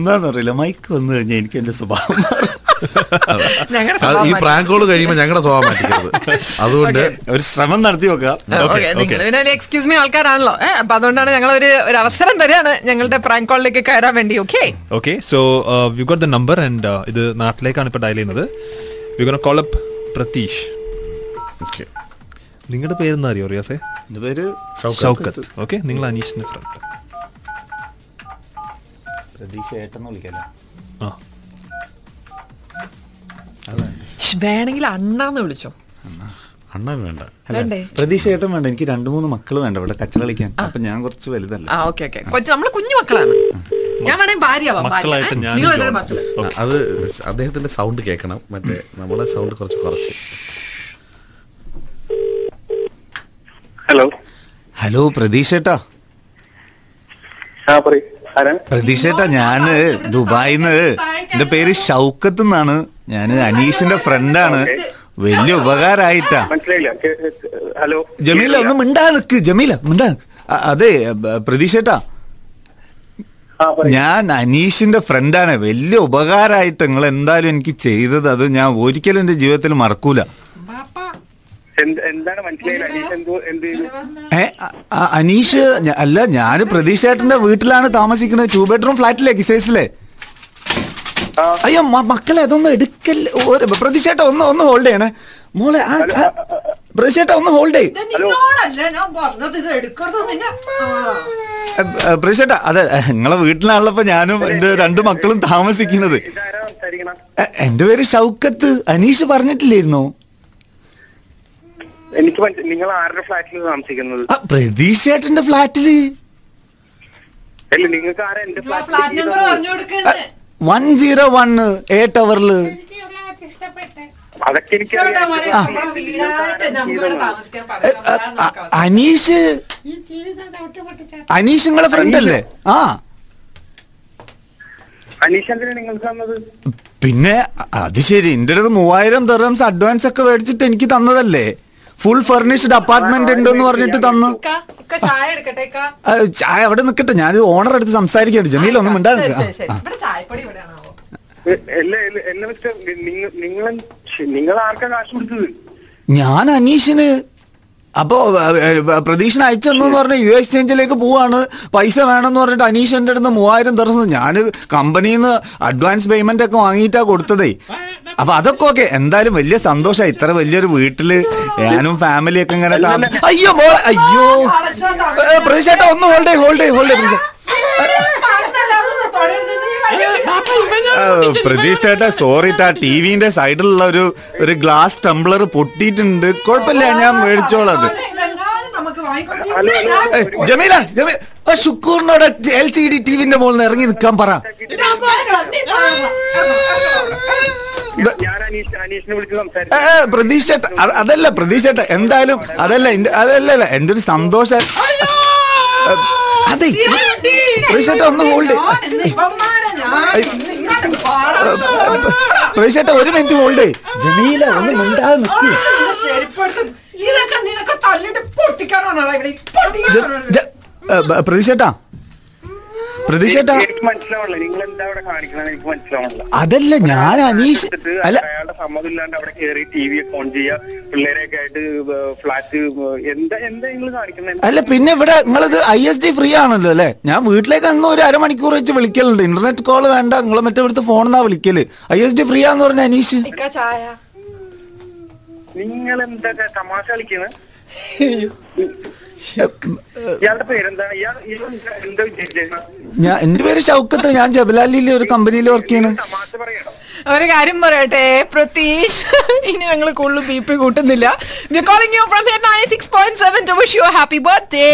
എന്താണെന്നറിയില്ല മൈക്ക് വന്നു കഴിഞ്ഞാൽ എനിക്ക് എന്റെ സ്വഭാവം മാറും. ഞങ്ങളുടെ അത് ഈ സ്വഭാവം മാറ്റി. പ്രാങ്കോള് കഴിയുമ്പോൾ ഞങ്ങളുടെ സ്വഭാവം മാറ്റിക്കരുത് അതുകൊണ്ട് ഒരു ശ്രമം നടത്തി നോക്കാം ഓക്കേ, നിങ്ങൾ പിന്നെ ഒരു എക്സ്ക്യൂസ് മീ ആൾക്കാരാണല്ലോ ഏഹ്, അപ്പൊ അതുകൊണ്ടാണ് ഞങ്ങൾ ഒരു ഒരു അവസരം തരാണ് ഞങ്ങളുടെ പ്രാങ്ക് കോളിലേക്ക് കയറാൻ വേണ്ടി okay okay so you got the number and uh, ഇത് നാട്ടിലേക്കാണ് ഇപ്പോൾ ഡയൽ ചെയ്യുന്നത് you gonna call up Pratheesh Okay. നിങ്ങളുടെ പേരെന്ന് അറിയോ റിയാസേ എന്റെ പേര് ഷൗക്കത്ത് ഓക്കെ നിങ്ങൾ അനീഷിന്റെ ഫ്രണ്ട് പ്രതീക്ഷ ഏട്ടെന്ന് വിളിക്കാലോ ആ വേണമെങ്കിൽ അണ്ണാന്ന് വിളിച്ചോ അണ്ണൻ വേണ്ട വേണ്ടേ പ്രതീക്ഷ ഏട്ടൻ വേണ്ട എനിക്ക് രണ്ടു മൂന്ന് മക്കൾ വേണ്ട ഇവിടെ കച്ചറ കളിക്കാൻ അപ്പൊ ഞാൻ കുറച്ച് വലുതല്ല ആ ഓക്കെ ഓക്കെ കൊച്ചു നമ്മള് കുഞ്ഞു മക്കളാണ് ഞാൻ വേണമെങ്കിൽ ഭാര്യയാവാം ഭാര്യ മക്കളായിട്ട് ഏഹ്, ഞാൻ നിങ്ങൾ രണ്ടുപേരും മക്കള് Okay. അത് അദ്ദേഹത്തിന്റെ സൗണ്ട് കേൾക്കണം മറ്റേ നമ്മുടെ സൗണ്ട് കുറച്ച് കുറച്ച് ഹലോ ഹലോ പ്രതീക്ഷ ഏട്ടാ ആ പറയൂ ആരാണ് പ്രതീക്ഷ ഏട്ടാ ഞാന് ദുബായിന്ന് എന്റെ പേര് ഷൗക്കത്ത് എന്നാണ് ഞാന് അനീഷിന്റെ ഫ്രണ്ടാണ് വലിയ ഉപകാരായിട്ടാ മനസ്സിലായില്ല കേ- ഏഹ്, ഹലോ ജമീല ഒന്ന് മിണ്ടാ നിക്ക് ജമീല മിണ്ടാ അ- അതെ ബ- പ്രതീക്ഷ ഏട്ടാ ആ പറയൂ ഞാൻ അനീഷിന്റെ ഫ്രണ്ടാണ് വലിയ ഉപകാരമായിട്ട് നിങ്ങൾ എന്തായാലും എനിക്ക് ചെയ്തത് അത് ഞാൻ ഒരിക്കലും എന്റെ ജീവിതത്തിൽ മറക്കൂല എന്ത്- എന്താണ് മനസ്സിലായില്ല അനീഷ് എന്തോ എന്ത് ചെയ്തു ഏ അ- അ- അനീഷ് ഞ- അല്ല ഞാൻ പ്രതീക്ഷ ഏട്ടന്റെ വീട്ടിലാണ് താമസിക്കുന്നത് ടു ബെഡ്റൂം ഫ്ലാറ്റിലെ കിസേസിലെ ആ. അയ്യോ മ- മക്കളെ അതൊന്നും എടുക്കൽ പ്രതീക്ഷ ഏട്ടാ ഒന്ന് ഒന്ന് ഹോൾഡ് ചെയ്യണേ മോളെ ആ ആ, പ്രതീക്ഷ ഏട്ടാ ഒന്ന് ഹോൾഡ് ചെയ്യും ഇത് നിന്നോടല്ല ഞാൻ പറഞ്ഞത് ഇത് എടുക്കരുത് നിന്നെ ആ. പ്രതീക്ഷ ഏട്ടാ അതെ ഏ, നിങ്ങളെ വീട്ടിലാണല്ലോ ഞാനും എന്റെ രണ്ട് മക്കളും താമസിക്കുന്നത് ഇതാരാ സംസാരിക്കണം ഏ, എന്റെ പേര് ഷൗക്കത്ത് അനീഷ് പറഞ്ഞിട്ടില്ലായിരുന്നോ എനിക്ക് മനസ്സി- നിങ്ങൾ ആരുടെ ഫ്ലാറ്റിൽ താമസിക്കുന്നത് ആ പ്രതീക്ഷ ഏട്ടന്റെ ഫ്ലാറ്റില് അല്ല നിങ്ങൾക്ക് ആരാ എന്റെ ആ ഫ്ലാറ്റ് ഫ്ലാറ്റിലേക്ക് നമ്പർ ഇതാ- പറഞ്ഞു കൊടുക്കുന്നത് വൺ സീറോ വൺ എ ടവറില് അതൊക്കെ എനിക്ക് ചേട്ടാ മോനെ, നമ്മളെ വീടായിട്ട് നമുക്ക് ഇവിടെ താമസിക്കാൻ പറഞ്ഞാൽ വരാൻ നമുക്ക് അവസരം. അനീഷ് അനീഷ് നിങ്ങളെ ഫ്രണ്ട് അല്ലേ ആ അനീഷ് എന്തിനാ നിങ്ങൾക്ക് തന്നത് പിന്നെ അ- അത് ശരി എന്റെ അടുത്ത് മൂവായിരം തെറംസ് അഡ്വാൻസ് ഒക്കെ മേടിച്ചിട്ട് എനിക്ക് തന്നതല്ലേ ഫുൾ ഫർണിഷ്ഡ് അപ്പാർട്ട്മെന്റ് ഉണ്ടെന്ന് പറഞ്ഞിട്ട് തന്നു ഇക്ക, ഇക്ക ചായ എടുക്കട്ടെ ഇക്ക ആ, ചായ അവിടെ നിൽക്കട്ടെ ഞാൻ ഓണർ അടുത്ത് സംസാരിക്കട്ടെ ജമീൽ ഒന്നും മിണ്ടാ ശരി, നിൽക്കുക ശരി, ശരി. ഇവിടെ ചായപ്പൊടി ഇവിടെയാണാവോ? എ- എല്ലാ എല്ലാ- എല്ലാ മിസ്റ്റർ നിങ്ങൾ നിങ്ങൾ നിങ്ങൾ ആർക്കാ കാശ് കൊടുത്തത് ഞാൻ അനീഷിന് അപ്പോ പ്രതീക്ഷന് അയച്ചെന്നു പറഞ്ഞ യു എക്സ്ചേഞ്ചിലേക്ക് പോവാണ് പൈസ വേണമെന്ന് പറഞ്ഞിട്ട് അനീഷ് എൻ്റെ അടുത്ത് മൂവായിരം തരുന്നു ഞാൻ കമ്പനിയിൽ നിന്ന് അഡ്വാൻസ് പേയ്മെന്റ് ഒക്കെ വാങ്ങിയിട്ടാ കൊടുത്തതേ അപ്പൊ അതൊക്കെ ഓക്കെ എന്തായാലും വലിയ സന്തോഷമായി ഇത്ര വലിയൊരു വീട്ടില് ഞാനും ഫാമിലിയൊക്കെ ഇങ്ങനെ താമ- അയ്യോ മോളെ അയ്യോ ഏ, പ്രതീക്ഷേട്ടാ ഒന്ന് ഹോൾഡേ ഹോൾഡേ ഹോൾഡേ പ്രതീക്ഷ പറഞ്ഞല്ലോ, അതൊന്ന് തൊടരുതെന്ന് നീ പറഞ്ഞില്ലേ? പ്രതീക്ഷേട്ടാ സോറി ടാ ടിവിന്റെ സൈഡിലുള്ള ഒരു ഒരു ഗ്ലാസ് ടംബ്ലർ പൊട്ടിയിട്ടുണ്ട് കുഴപ്പമില്ല ഞാൻ മേടിച്ചോളാം അത് ഇതെങ്ങാനും നമുക്ക് വാങ്ങിക്കൊണ്ട് ഹലോ, ഹലോ, ഇരിക്കാം. ഏയ്, ജമീല ജമീല ആ ഷുക്കൂറിനോട് എൽ സി ഡി ടിവിന്റെ മുകളിൽ നിന്ന് ഇറങ്ങി നിൽക്കാൻ പറ ഇതാ പാരുകളാ, നീ പാരുകളാ. ഇത്- ഞാൻ അനീഷ് അനീഷിനെ വിളിച്ച് ഏ, ഏ, സംസാരിച്ചു പ്രതീക്ഷ ഏട്ടാ, അ- അതല്ല പ്രതീക്ഷ ഏട്ടാ, എന്തായാലും അതല്ല എന്റെ- അതല്ല അല്ല എന്റെ ഒരു സന്തോഷം ഏ, അതെ പ്രതീക്ഷ ഏട്ടാ, ഒന്ന് ഹോൾഡ് ഞാൻ ഇന്ന് ഇവന്മാരെ ഞാൻ ഇന്ന് ഇങ്ങോട്ട് പാടാം. പ്രതീക്ഷ ഏട്ടാ, ഒരു മിനിറ്റ് ഹോൾഡ് ജമീല ഒന്ന് മിണ്ടാതെ നിൽക്കുക നിന്റെ ചെരുപ്പെടുത്ത് ഇതൊക്കെ നിനക്ക് തല്ലിട്ട് പൊട്ടിക്കാനാണോ ഇവിടെ പൊട്ടിക്കാനാണോ പ്രതീക്ഷേട്ടാ പ്രതീക്ഷേട്ടാ എനിക്ക് മനസ്സിലാവണല്ലോ നിങ്ങൾ എന്താ അവിടെ കാണിക്കണമെന്ന് എനിക്ക് മനസ്സിലാവണല്ലോ അതല്ല ഞാൻ അനീഷ് എടുത്തിട്ട് അല്ല അയാളുടെ സമ്മതം ഇല്ലാണ്ട് അവിടെ കയറി ടി വി ഓൺ ചെയ്യുക പിള്ളേരെയൊക്കെ ആയിട്ട് ഫ്ലാറ്റ് എന്താ എന്താ നിങ്ങൾ കാണിക്കുന്നത് അല്ല പിന്നെ ഇവിടെ നിങ്ങളിത് ഐ എസ് ഡി ഫ്രീ ആണല്ലോ അല്ലേ ഞാൻ വീട്ടിലേക്ക് അന്ന് ഒരു അരമണിക്കൂർ വെച്ച് വിളിക്കലുണ്ട് ഇന്റർനെറ്റ് കോൾ വേണ്ട നിങ്ങൾ മറ്റേ ഇവിടുത്തെ ഫോണിൽ നിന്നാ വിളിക്കല് ഐ എസ് ഡി ഫ്രീ ആന്ന് പറഞ്ഞ അനീഷ് ചായ നിങ്ങൾ എന്താ തമാശ കളിക്കുന്നത് ഇയാളുടെ പേരെന്താണ് ഇയാൾ ഇയാൾ എന്താ വിചാരിച്ചേക്കണെ? ഞാൻ എന്റെ പേര് ഷൗക്കത്ത് ഞാൻ ജബലാലിയിലെ ഒരു കമ്പനിയിൽ വർക്ക് ചെയ്യണ് തമാശ പറയണോ ഒരു കാര്യം പറയട്ടെ പ്രതീഷ് ഇനി ഞങ്ങൾ കൂടുതൽ ബി പി കൂട്ടുന്നില്ല calling you from here ninety six point seven to wish you happy birthday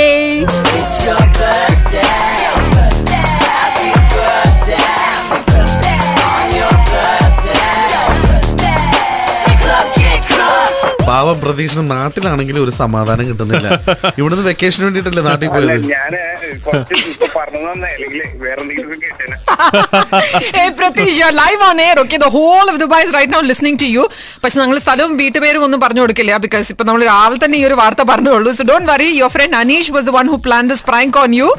പാവം പ്രതീക്ഷ നാട്ടിലാണെങ്കിലും ഒരു സമാധാനം കിട്ടുന്നില്ല ഇവിടുന്ന് വെക്കേഷന് വേണ്ടിയിട്ടല്ലേ നാട്ടിൽ അല്ല പോയത് ഞാന് കുറച്ച് ഇപ്പൊ പറഞ്ഞു തന്നെ അല്ലെങ്കിൽ വേറെ എന്തെങ്കിലും കേട്ടേനെ Pratheesh you live on air okay the whole of Dubai right now listening to you പക്ഷെ ഞങ്ങൾ സ്ഥലവും വീട്ടുപേരും ഒന്നും പറഞ്ഞു കൊടുക്കില്ല ബിക്കോസ് ഇപ്പൊ നമ്മൾ രാവിലെ തന്നെ ഈ ഒരു വാർത്ത പറഞ്ഞുള്ളൂ so don't worry your friend Aneesh was the one who plan this prank on you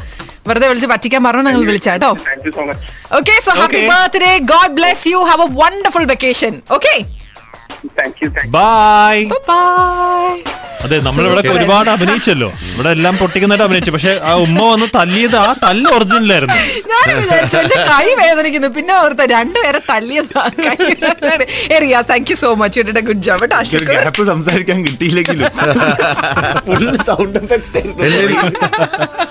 വെറുതെ വിളിച്ച് പറ്റിക്കാൻ പറഞ്ഞു നിങ്ങൾ വിളിച്ചാട്ടോ thank you so much okay so happy Okay. Birthday God bless you have a wonderful vacation okay thank you thank bye bye അതെ നമ്മളിവിടെ Super. ഒരുപാട് അഭിനയിച്ചല്ലോ ഇവിടെ എല്ലാം പൊട്ടിക്കുന്നതായിട്ട് അഭിനയിച്ചു പക്ഷെ ആ ഉമ്മ വന്ന് തല്ലിയത് ആ തല്ല് ഒറിജിനലായിരുന്നു ഞാൻ വിചാരിച്ചു എന്റെ കൈ വേദനിക്കുന്നു പിന്നെ ഓർത്ത രണ്ടുപേരെ തല്ലിയതാ കൈ വേദന. ഏ Riyas thank you so much ഇട്ടിട്ട് ഗുഡ് ജോബ് ഒരു ഗ്യാപ്പ് സംസാരിക്കാൻ കിട്ടിയില്ലെങ്കിലും സൗണ്ട് എഫക്ട്സ് എല്ലാവരും-